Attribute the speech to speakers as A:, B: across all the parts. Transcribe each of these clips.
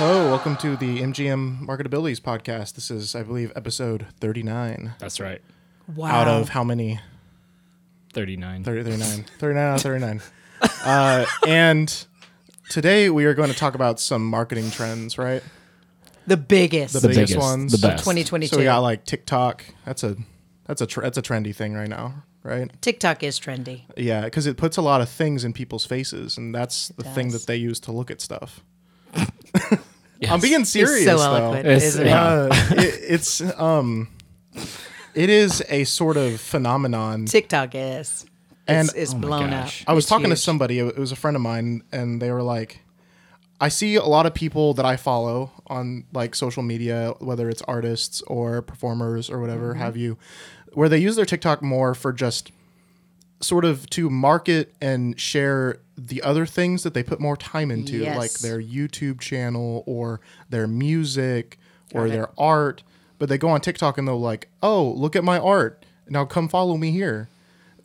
A: welcome to the MGM Marketabilities podcast. This is, I believe, episode 39
B: That's right.
C: Wow.
A: out of how many?
B: 39.
A: 30, 39. 39 out of 39. uh, and today we are going to talk about some marketing trends, right?
C: the biggest.
A: The biggest ones.
B: The best.
C: 2022.
A: So we got like TikTok. That's a that's a tr that's a trendy thing right now, right?
C: TikTok is trendy.
A: Yeah, because it puts a lot of things in people's faces, and that's the thing
C: does.
A: that they use to look at stuff.
B: Yes.
A: I'm being serious
C: so
A: though.
C: eloquent,
B: It's-
C: isn't
B: yeah.
C: it?
A: Uh, it, it's um, it is a sort of phenomenon.
C: TikTok is.
A: And- oh
C: it's, it's
B: my
C: blown up.
B: gosh.
A: I was
C: It's
A: talking
C: huge.
A: to somebody. It was a friend of mine, and they were like, "I see a lot of people that I follow on like social media, whether it's artists or performers or whatever
C: Mm-hmm.
A: have you, where they use their TikTok more for just sort of to market and share the other things that they put more time into,
C: Yes.
A: like their YouTube channel or their music or
C: Got it.
A: their art. But they go on TikTok and they're like, oh, look at my art. Now come follow me here.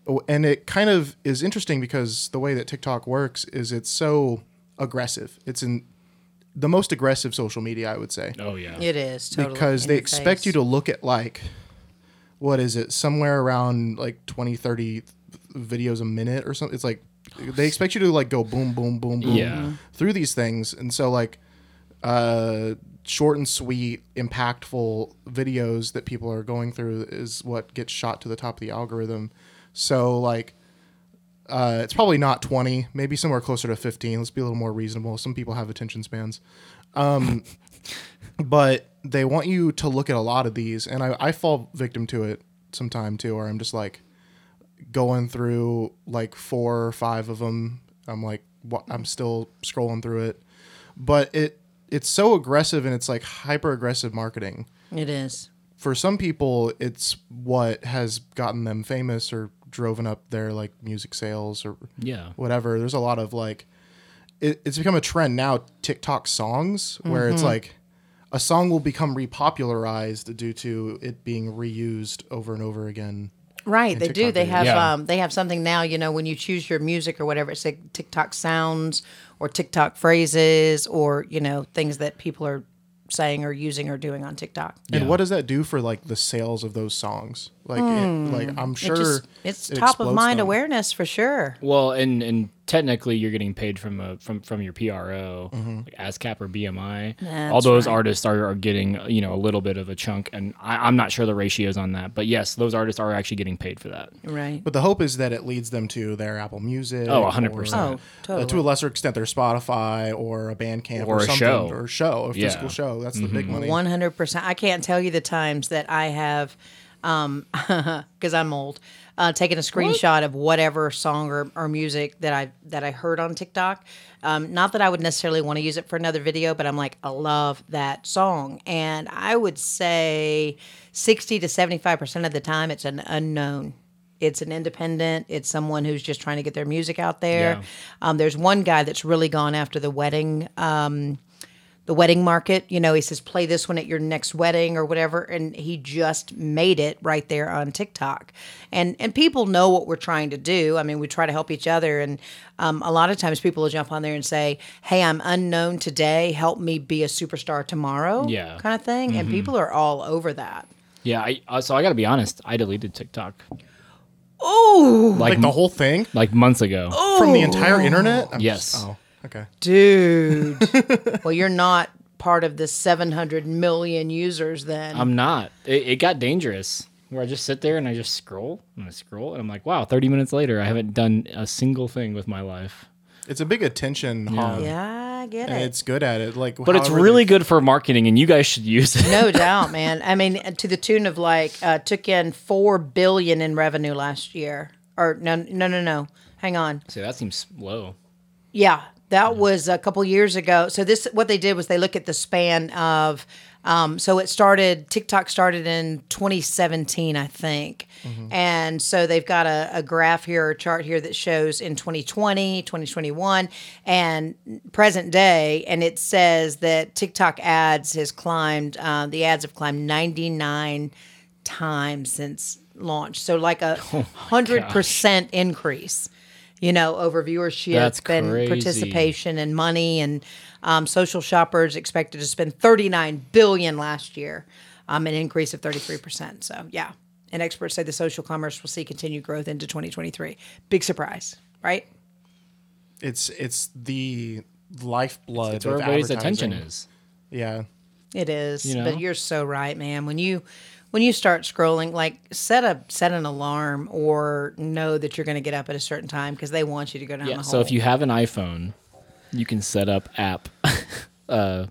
A: Oh, And it kind of is interesting because the way that TikTok works is it's so aggressive. It's in the most aggressive social media, I would say
B: Oh, yeah.
C: It is totally
A: because
C: in
A: they
C: your
A: expect
C: face.
A: you to look at like what is it somewhere around like 20 30 videos a minute or something it's like they expect you to like go boom boom boom boom
B: Yeah.
C: Mm-hmm.
A: through these things and so like uh short and sweet impactful videos that people are going through is what gets shot to the top of the algorithm so like uh, it's probably not 20 maybe somewhere closer to 15 let's be a little more reasonable some people have attention spans but they want you to look at a lot of these and I, I fall victim to it sometime too where i'm just like going through like four or five of them i'm like what i'm still scrolling through it but it it's so aggressive and it's like hyper aggressive marketing
C: It is.
A: for some people it's what has gotten them famous or driven up their like music sales or
B: Yeah.
A: whatever. There's a lot of like, it, it's become a trend now. TikTok songs where it's like a song will become repopularized due to it being reused over and over again.
C: Right, they do.
A: TikTok
C: They
A: videos.
C: have
B: Yeah.
C: um, they have something now. You know, when you choose your music or whatever, it's like TikTok sounds or TikTok phrases or you know things that people are saying or using or doing on TikTok.
A: And what does that do for like the sales of those songs? Like, it, like I'm sure
C: it just, it's
A: it
C: top of
A: explodes
C: mind
A: them.
C: awareness for sure.
B: Well, and and technically, you're getting paid from a from from your PRO, like ASCAP or BMI. All those artists are, are getting you know a little bit of a chunk, and I, I'm not sure the ratios on that, but yes, those artists are actually getting paid for that.
C: Right.
A: But the hope is that it leads them to their Apple Music.
B: Oh, 100
A: or,
B: percent.
C: Oh,
A: uh,
C: totally.
A: to a lesser extent, their Spotify or a Bandcamp
B: Or
A: or,
B: a
A: something
B: show.
A: or a show, a physical
B: Yeah.
A: show. That's the big money.
C: One hundred percent. I can't tell you the times that I have, because I'm old, uh, taken a screenshot of whatever song or, or music that I that I heard on TikTok. Um, not that I would necessarily want to use it for another video, but I'm like, I love that song, and I would say sixty to seventy five percent of the time, it's an unknown. It's an independent. It's someone who's just trying to get their music out there.
B: Yeah.
C: Um, there's one guy that's really gone after the wedding the wedding market. You know, he says, play this one at your next wedding or whatever. And he just made it right there on TikTok. And and people know what we're trying to do. I mean, we try to help each other. And um, a lot of times people will jump on there and say, hey, I'm unknown today. Help me be a superstar tomorrow.
B: Yeah. Mm-hmm.
C: Kind of thing. And people are all over that.
B: Yeah. I, uh, so I got to be honest, I deleted TikTok
C: Oh,
B: like
A: Like the whole thing
B: like months ago.
A: from the entire internet. I'm
B: Yes.
A: Just, oh, okay.
C: dude. well, you're not part of the 700 million users then.
B: I'm not. It, it got dangerous where I just sit there and I just scroll and I scroll and I'm like, wow, 30 minutes later, I haven't done a single thing with my life.
A: It's a big attention hog.
C: yeah, I get it.
A: and it's good at it. Like,
B: But it's really good for marketing, and you guys should use it.
C: No doubt, man. I mean, to the tune of like uh, took in four billion in revenue last year. Or no, no, no, no. Hang on.
B: So that seems low.
C: Yeah, that was a couple years ago. So this, what they did was they look at the span of. Um, so it started. TikTok started in 2017, I think, and so they've got a, a graph here, a chart here that shows in 2020, 2021, and present day, and it says that TikTok ads has climbed. Uh, the ads have climbed 99 times since launch. So like a hundred percent increase. you know, over viewership
B: That's
C: and
B: crazy.
C: participation and money. And um, social shoppers expected to spend 39 billion last year, um, an increase of 33%. So, yeah. And experts say the social commerce will see continued growth into 2023. Big surprise, right?
A: It's it's the lifeblood
B: That's where
A: of
B: everybody's
A: advertising.
B: attention is.
A: Yeah.
C: It is,
B: You know?
C: but you're so right, man. When you when you start scrolling, like set a set an alarm or know that you're going to get up at a certain time because they want you to go down
B: Yeah.
C: the hole.
B: So if you have an iPhone, you can set up app uh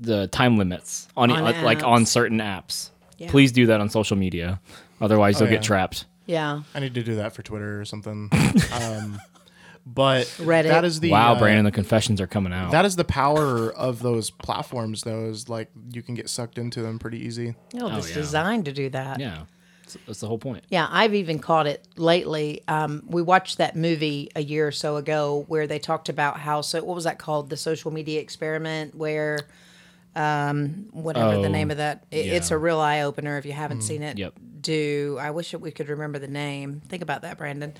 B: the time limits on,
C: On
B: uh, like
C: apps.
B: on certain apps.
C: Yeah.
B: Please do that on social media. Otherwise you'll
A: yeah.
B: get trapped.
C: yeah,
A: I need to do that for Twitter or something. um, but
C: Reddit.
A: that is the
B: wow,
A: uh,
B: Brandon, the confessions are coming out.
A: That is the power of those platforms, though. Is like you can get sucked into them pretty easy.
C: no, it's
B: Oh, yeah.
C: designed to do that.
B: yeah. That's, that's the whole point.
C: Yeah, I've even caught it lately. Um, we watched that movie a year or so ago where they talked about how so what was that called? The social media experiment where um whatever the
B: Oh,
C: name of that it, it's
B: yeah. Mm,
C: a real eye opener if you haven't seen it.
B: yep.
C: Do I wish that we could remember the name. Think about that, Brandon.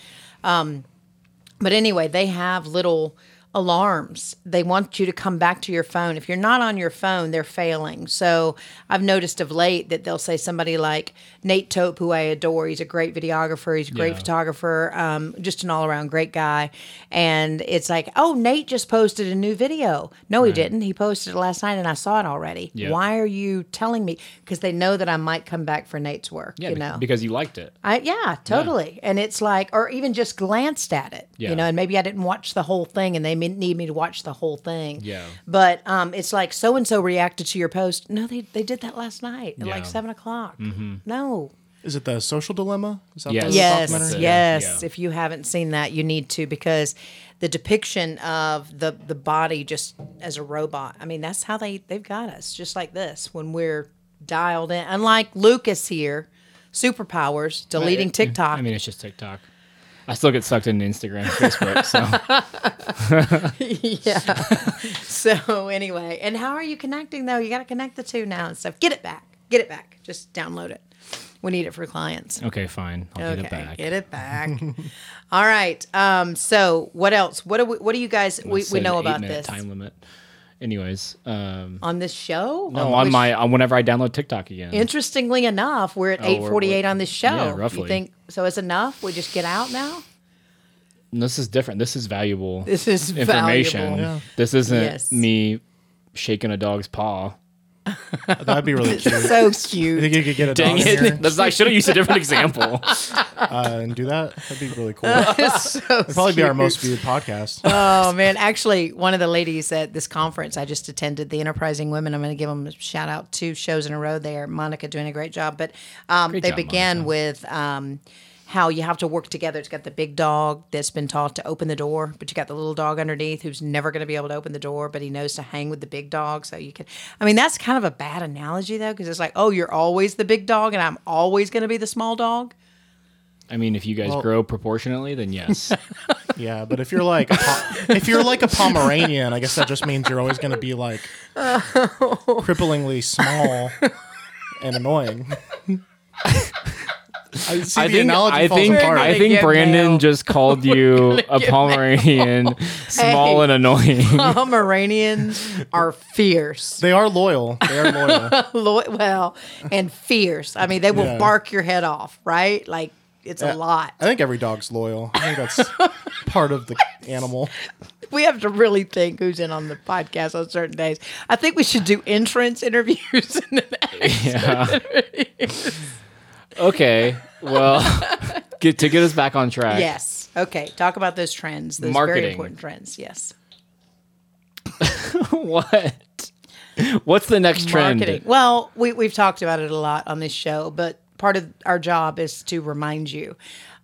C: But anyway, they have little alarms. They want you to come back to your phone. If you're not on your phone, they're failing. So I've noticed of late that they'll say somebody like Nate Tope, who I adore. He's a great videographer. He's a great
B: Yeah.
C: photographer. Um, just an all around great guy. And it's like, oh, Nate just posted a new video. No, he didn't. He posted it last night, and I saw it already.
B: Yeah.
C: Why are you telling me? Because they know that I might come back for Nate's work.
B: Yeah,
C: you
B: bec-
C: know,
B: because you liked it.
C: I, yeah, totally. And it's like, or even just glanced at it,
B: Yeah.
C: you know, and maybe I didn't watch the whole thing and they may- need me to watch the whole thing.
B: Yeah.
C: But um, it's like so and so reacted to your post. No, they, they did that last night at like
B: Yeah.
C: seven o'clock. No.
A: Is it the social dilemma? Is that
B: Yes.
A: the
C: Yes.
B: That's
A: documentary?
B: it.
C: Yes.
B: Yeah.
C: If you haven't seen that, you need to because the depiction of the, the body just as a robot, I mean, that's how they, they've got us, just like this when we're dialed in. Unlike Lucas here, superpowers, deleting TikTok.
B: I mean, it's just TikTok. I still get sucked into Instagram, and Facebook. So
C: yeah. so anyway, and how are you connecting though? You got to connect the two now and stuff. Get it back. Get it back. Just download it. We need it for clients.
B: okay, fine. I'll get it back.
C: get it back. All right. Um, so what else? What do we, what do you guys we, we
B: Set an
C: know about
B: eight-minute
C: this
B: time limit. Anyways, um,
C: on this show?
B: no, on
C: which-
B: my on whenever I download TikTok again.
C: Interestingly enough, we're at
B: Oh, we're-
C: eight forty eight on this show.
B: yeah, roughly.
C: You think so? It's enough. We just get out now.
B: this is different. This is valuable.
C: This is
B: information.
C: valuable.
B: This isn't
C: Yes.
B: me shaking a dog's paw.
A: Oh, That'd be really cute. I
C: So cute.
A: think you could get a dog in here
B: That's, I should have used a different example.
A: uh, and do that. That'd be really cool. It'd
C: so
A: probably be our
C: cute.
A: most viewed podcast.
C: Oh man, actually, one of the ladies at this conference I just attended, the Enterprising Women. I'm going to give them a shout out. Two shows in a row there. Monica doing a great job, but um,
B: Great
C: they
B: job,
C: began with. Um, how you have to work together. It's got the big dog that's been taught to open the door, but you got the little dog underneath who's never going to be able to open the door, but he knows to hang with the big dog. So you can, I mean, that's kind of a bad analogy though, because it's like, oh, you're always the big dog and I'm always going to be the small dog.
B: I mean, if you guys grow proportionately, then yes.
A: Yeah, but if you're like a po- if you're like a Pomeranian, I guess that just means you're always going to be like
C: Oh.
A: cripplingly small and annoying. I see
B: I
A: the
B: think
A: analogy
B: I
A: falls
B: think
A: apart.
B: I
C: gonna
B: think
C: get
B: Brandon
C: mail.
B: just called you a Pomeranian, small
C: Hey.
B: and annoying.
C: Pomeranians are fierce.
A: they are loyal. They are loyal.
C: lo- well and fierce. I mean, they will
A: Yeah.
C: bark your head off, right? Like it's a lot.
A: I think every dog's loyal. I think that's part of the animal.
C: We have to really think who's in on the podcast on certain days. I think we should do entrance interviews. and
B: Yeah. okay. Well, get to get us back on track.
C: yes. Okay. Talk about those trends. Those
B: Marketing.
C: very important trends. Yes.
B: What? What's the next trend?
C: Marketing. Well, we, we've talked about it a lot on this show, but part of our job is to remind you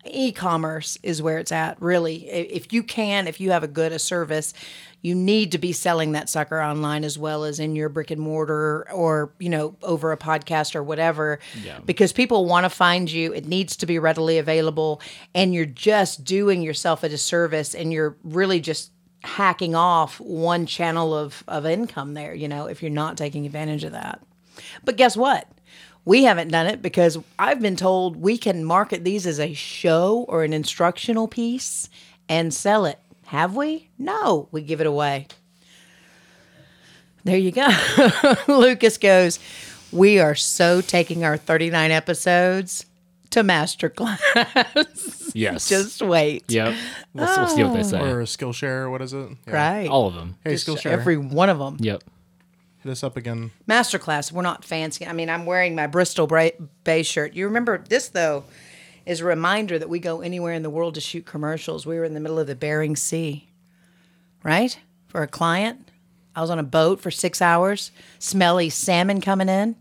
C: e commerce is where it's at, really. I- If you can, if you have a good a service, you need to be selling that sucker online as well as in your brick and mortar or, you know, over a podcast or whatever.
B: Yeah.
C: Because people want to find you. It needs to be readily available. And you're just doing yourself a disservice and you're really just hacking off one channel of, of income there, you know, if you're not taking advantage of that. But guess what? We haven't done it because I've been told we can market these as a show or an instructional piece and sell it. Have we? No, we give it away. There you go. Lucas goes, We are so taking our 39 episodes to masterclass.
B: Yes.
C: Just wait.
B: yep. We'll, we'll see what they say.
A: or Skillshare. What is it? Yeah.
C: Right.
B: All of them.
A: Hey,
C: Just
A: Skillshare.
C: Every one of them.
B: Yep.
A: Hit us up again.
C: masterclass. We're not fancy. I mean, I'm wearing my Bristol Bra- Bay shirt. You remember this though is a reminder that we go anywhere in the world to shoot commercials. We were in the middle of the Bering Sea, right? For a client, I was on a boat for six hours, smelly salmon coming in,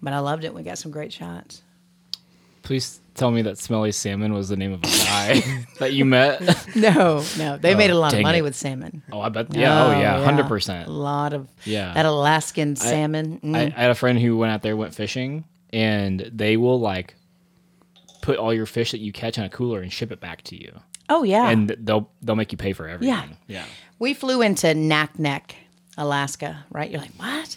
C: but I loved it. We got some great shots.
B: Please tell me that Smelly Salmon was the name of a guy that you met.
C: No, no, they made a lot of
B: Oh, dang
C: money
B: it.
C: with salmon.
B: Oh, I bet. Yeah. Oh, yeah. Hundred
C: A
B: percent.
C: lot of
B: Yeah.
C: that Alaskan salmon. Mm.
B: I, I had a friend who went out there, went fishing, and they will like put all your fish that you catch on a cooler and ship it back to you,
C: oh yeah,
B: and they'll they'll make you pay for everything. Ah. Yeah.
C: We flew into Knack Neck, Alaska, right? You're like, what?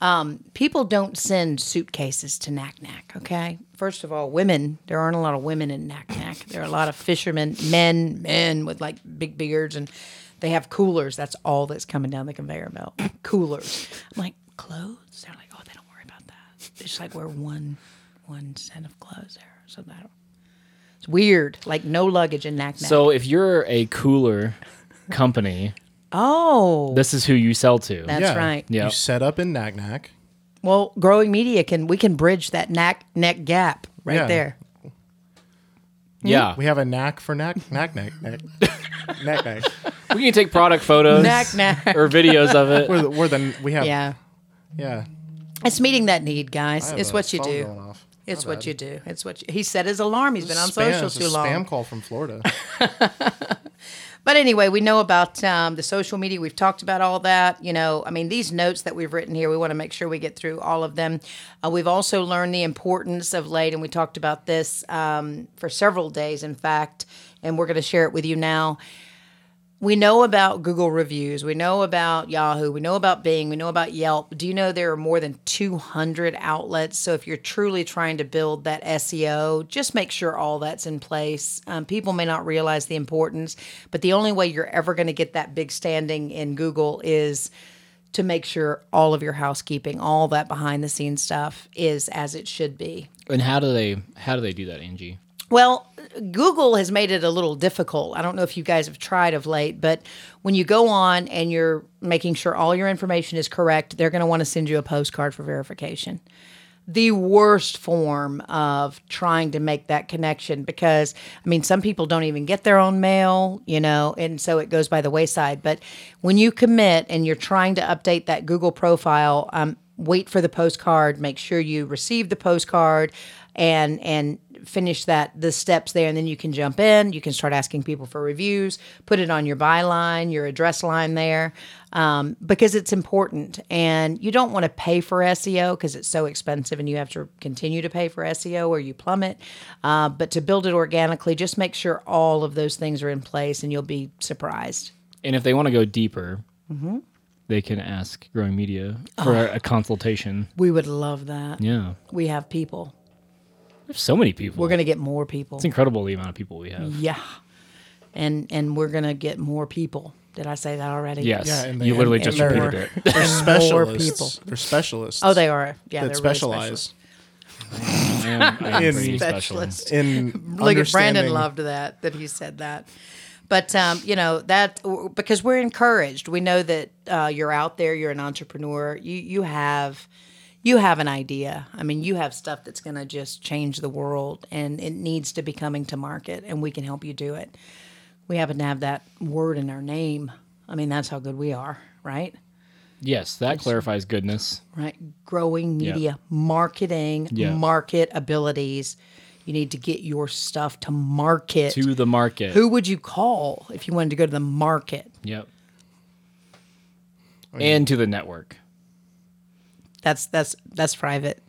C: Um, people don't send suitcases to Knack Neck, okay? First of all, women, there aren't a lot of women in Knack Neck. There are a lot of fishermen, men, men with like big beards, and they have coolers. That's all that's coming down the conveyor belt. Coolers. I'm like, clothes? They're like, oh, they don't worry about that. They just like wear one one set of clothes there. So that it's weird. Like no luggage in Knack Neck.
B: So if you're a cooler company,
C: oh,
B: this is who you sell to.
C: that's
A: yeah.
C: right.
B: Yeah.
A: You set up in Knack Knack.
C: Well, growing media can we can bridge that neck neck gap right
A: Yeah.
C: there.
B: yeah.
A: We have a knack for knack knack knack knack knack knack.
B: We can take product photos
C: Knack, knack.
B: or videos of it.
A: We're the, we're the we have yeah.
C: Yeah. It's meeting that need, guys.
A: I have
C: It's
A: a
C: what you
A: phone
C: do.
A: going off.
C: It's
A: My
C: what
A: bad.
C: you do. It's what you, he set his alarm. He's been on
A: Spam-
C: social
A: it's a
C: too long.
A: Spam call from Florida.
C: But anyway, we know about um, the social media. We've talked about all that. You know, I mean, these notes that we've written here, we want to make sure we get through all of them. Uh, we've also learned the importance of late, and we talked about this um, for several days, in fact, and we're going to share it with you now. We know about Google reviews. We know about Yahoo. We know about Bing. We know about Yelp. Do you know there are more than 200 outlets? So if you're truly trying to build that SEO, just make sure all that's in place. Um, people may not realize the importance, but the only way you're ever going to get that big standing in Google is to make sure all of your housekeeping, all that behind the scenes stuff is as it should be.
B: And how do they how do they do that, Angie?
C: Well, Google has made it a little difficult. I don't know if you guys have tried of late, but when you go on and you're making sure all your information is correct, they're going to want to send you a postcard for verification. The worst form of trying to make that connection because, I mean, some people don't even get their own mail, you know, and so it goes by the wayside. But when you commit and you're trying to update that Google profile, um, wait for the postcard, make sure you receive the postcard and and finish that the steps there and then you can jump in you can start asking people for reviews put it on your byline your address line there um, because it's important and you don't want to pay for seo because it's so expensive and you have to continue to pay for seo or you plummet uh, but to build it organically just make sure all of those things are in place and you'll be surprised
B: And if they want to go deeper,
A: Mm-hmm.
B: they can ask Growing Media
A: Ah.
B: for a, a consultation.
C: we would love that
B: Yeah.
C: we have people
B: There's so many people.
C: we're going to get more people
B: it's incredible the amount of people we have.
C: yeah and and we're going to get more people did i say that already
B: Yes.
A: Yeah, and
B: you
A: they-
B: literally
A: and
B: just
A: they're-
B: repeated it.
A: They're
C: people.
A: specialists. They're specialists.
C: Oh, they are. Yeah,
A: that
C: they're
A: specialize
B: I am, I am
A: In-
B: pretty
C: really
B: special.
C: special.
A: in
C: Look at Brandon
A: understanding-
C: loved that that he said that. But um, you know that because we're encouraged. We know that uh, you're out there. You're an entrepreneur. You you have you have an idea. I mean, you have stuff that's going to just change the world, and it needs to be coming to market, and we can help you do it. We happen to have that word in our name. I mean, that's how good we are, right?
B: Yes, that clarifies goodness.
C: right? Growing media, marketing,
B: Yeah.
C: market abilities. You need to get your stuff to market.
B: To the market.
C: Who would you call if you wanted to go to the market?
B: Yep.
A: Oh,
B: And to the network.
C: That's that's that's private.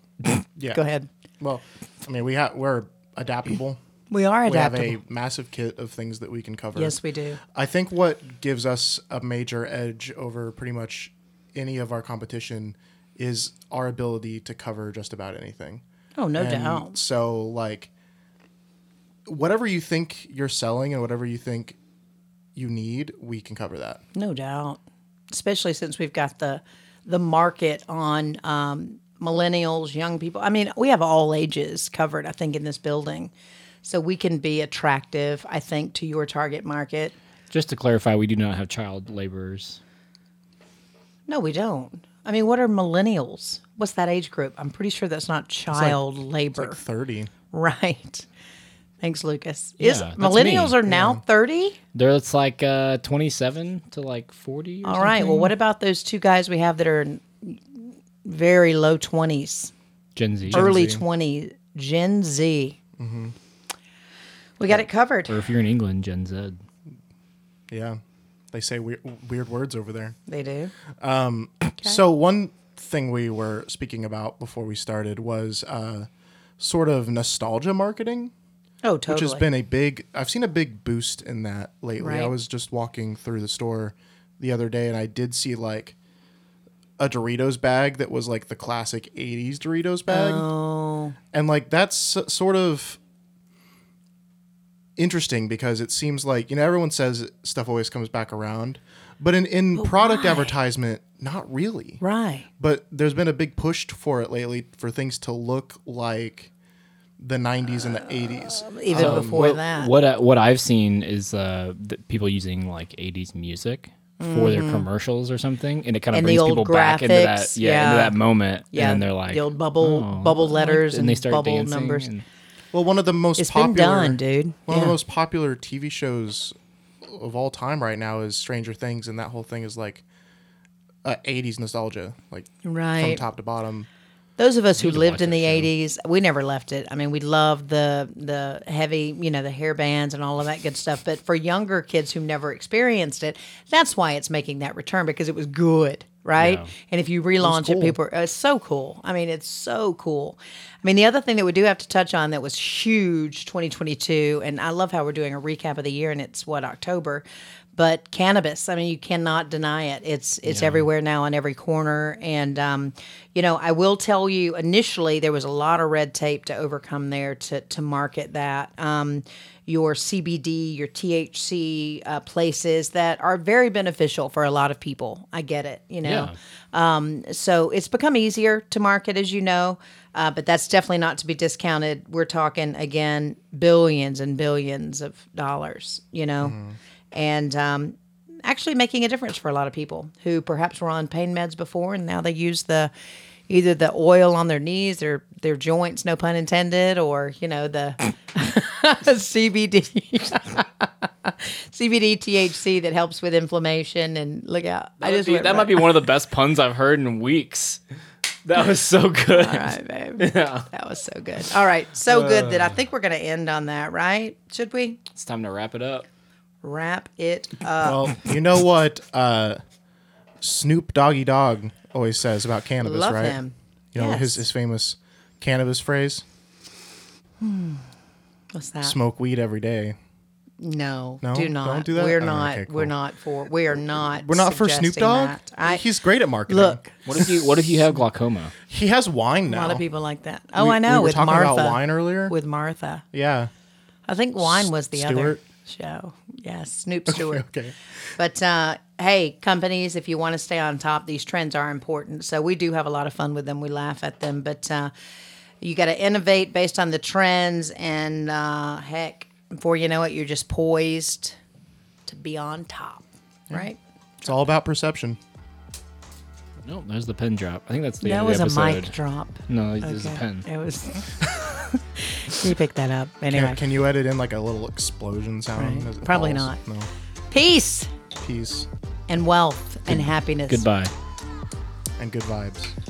A: Yeah.
C: Go ahead.
A: Well, I mean, we have we're adaptable.
C: We are
A: We have
C: adaptable.
A: a massive kit of things that we can cover.
C: yes, we do.
A: I think what gives us a major edge over pretty much any of our competition is our ability to cover just about anything.
C: Oh, no
A: And
C: doubt.
A: So like whatever you think you're selling and whatever you think you need, we can cover that.
C: No doubt. Especially since we've got the the market on um, millennials, young people. I mean, we have all ages covered, I think, in this building. So we can be attractive, I think, to your target market.
B: Just to clarify, we do not have child laborers.
C: No, we don't. I mean, what are millennials? What's that age group? I'm pretty sure that's not child labor.
A: Like 30.
C: right. Thanks, Lucas. Is
B: Yeah, that's
C: millennials
B: me.
C: are now 30?
B: There, it's like uh, 27 to like 40. Or
A: Uh,
C: All right. Well, what about those two guys we have that are in very low 20s,
B: Gen Z. Mm-hmm.
C: early
A: Z.
C: 20s, Gen Z? We got it covered.
B: Or if you're in England, Gen Z.
A: Yeah. They say weird, weird words over there.
C: They do.
A: So one thing we were speaking about before we started was uh, sort of nostalgia marketing,
C: Oh, totally.
A: which has been a big. I've seen a big boost in that lately. I
C: Right.
A: was just walking through the store the other day, and I did see like a Doritos bag that was like the classic '80s Doritos bag,
C: Oh.
A: and like that's s- sort of interesting because it seems like you know everyone says stuff always comes back around, but in in product
C: why?
A: advertisement, not really
C: right.
A: but there's been a big push for it lately for things to look like the 90s and the 80s.
C: Even
B: Um,
C: before
B: what,
C: that.
B: What I, what I've seen is uh, th- people using like '80s music for their commercials or something, and it kind of
C: Mm-hmm. And the
B: brings
C: old
B: people back into that
C: graphics,
B: yeah, into
C: yeah.
B: that moment.
C: yeah.
B: and then they're like
C: the old bubble,
B: "Oh, I
C: bubble
B: like
C: letters
B: this,"
C: and,
B: they start
C: bubble
B: dancing
C: numbers.
B: and-
A: Well, one of the most
C: It's
A: popular
C: been done, dude.
A: One of
C: Yeah.
A: the most popular TV shows of all time right now is Stranger Things and that whole thing is like uh, 80s nostalgia, like from
C: Right.
A: top to bottom.
C: Those of us who
B: to
C: lived
B: watch
C: in
B: that
C: the
B: show.
C: '80s, we never left it. I mean, we loved the the heavy, you know, the hair bands and all of that good stuff. But for younger kids who never experienced it, that's why it's making that return because it was good, right?
B: Yeah.
C: And if you relaunch it,
A: cool.
C: people are it's so cool. I mean, it's so cool. I mean, the other thing that we do have to touch on that was huge 2022, and I love how we're doing a recap of the year, and it's what October. But cannabis, I mean, you cannot deny it. It's it's everywhere now on every corner, and um, you know, I will tell you. Initially, there was a lot of red tape to overcome there to to market that. Um, your CBD, your THC uh, places that are very beneficial for a lot of people. I get it, you know
B: Yeah.
C: so it's become easier to market, as you know, uh, but that's definitely not to be discounted. We're talking again billions and billions of dollars, you know,
B: Mm-hmm.
C: and um, actually making a difference for a lot of people who perhaps were on pain meds before and now they use the either the oil on their knees, their their joints, no pun intended, or you know the CBD. CBD THC that helps with inflammation and look out. I just went
B: that might
C: right-
B: be one of the best puns I've heard in weeks. That was so good.
C: All right, babe. That was so good. All right, so good
A: Uh.
C: that I think we're going to end on that, right? Should we
B: It's time to wrap it up.
C: wrap it up?
A: Well, you know what uh, Snoop Doggy Dog always says about cannabis,
C: Love
A: right?
C: him.
A: You know his
C: Yes.
A: his famous cannabis phrase,
C: What's that?
A: smoke weed every day.
C: No,
A: No?
C: do not.
A: Don't do that?
C: We're
A: Oh,
C: not.
A: okay, cool.
C: We're not for. We are not.
A: We're not for Snoop
C: suggesting
A: Dogg.
C: that. I,
A: He's great at marketing.
C: look.
B: What if you What if you have glaucoma?
A: He has wine
C: A
A: now.
C: lot of people like that. Oh,
A: We-
C: I know.
A: We were
C: with
A: talking
C: Martha.
A: about wine earlier.
C: With Martha,
A: yeah.
C: I think wine was the other
A: Stewart?
C: show. Yes, Snoop Stewart.
A: Okay.
C: But uh, hey, companies, if you want to stay on top, these trends are important. So we do have a lot of fun with them. We laugh at them, but uh, you got to innovate based on the trends. And uh, heck, before you know it, you're just poised to be on top, right?
A: It's all about perception.
B: No, there's the pin drop. I think that's the
C: that
B: end
C: was a
B: of the episode.
C: mic drop.
B: No, there's a pen.
C: It was. you picked that up
A: Can,
C: anyway.
A: can you edit in like a little explosion sound?
C: Right.
A: as it
C: Probably
A: falls?
C: not.
A: No.
C: Peace
A: Peace
C: and wealth and happiness.
B: Goodbye.
A: and good vibes.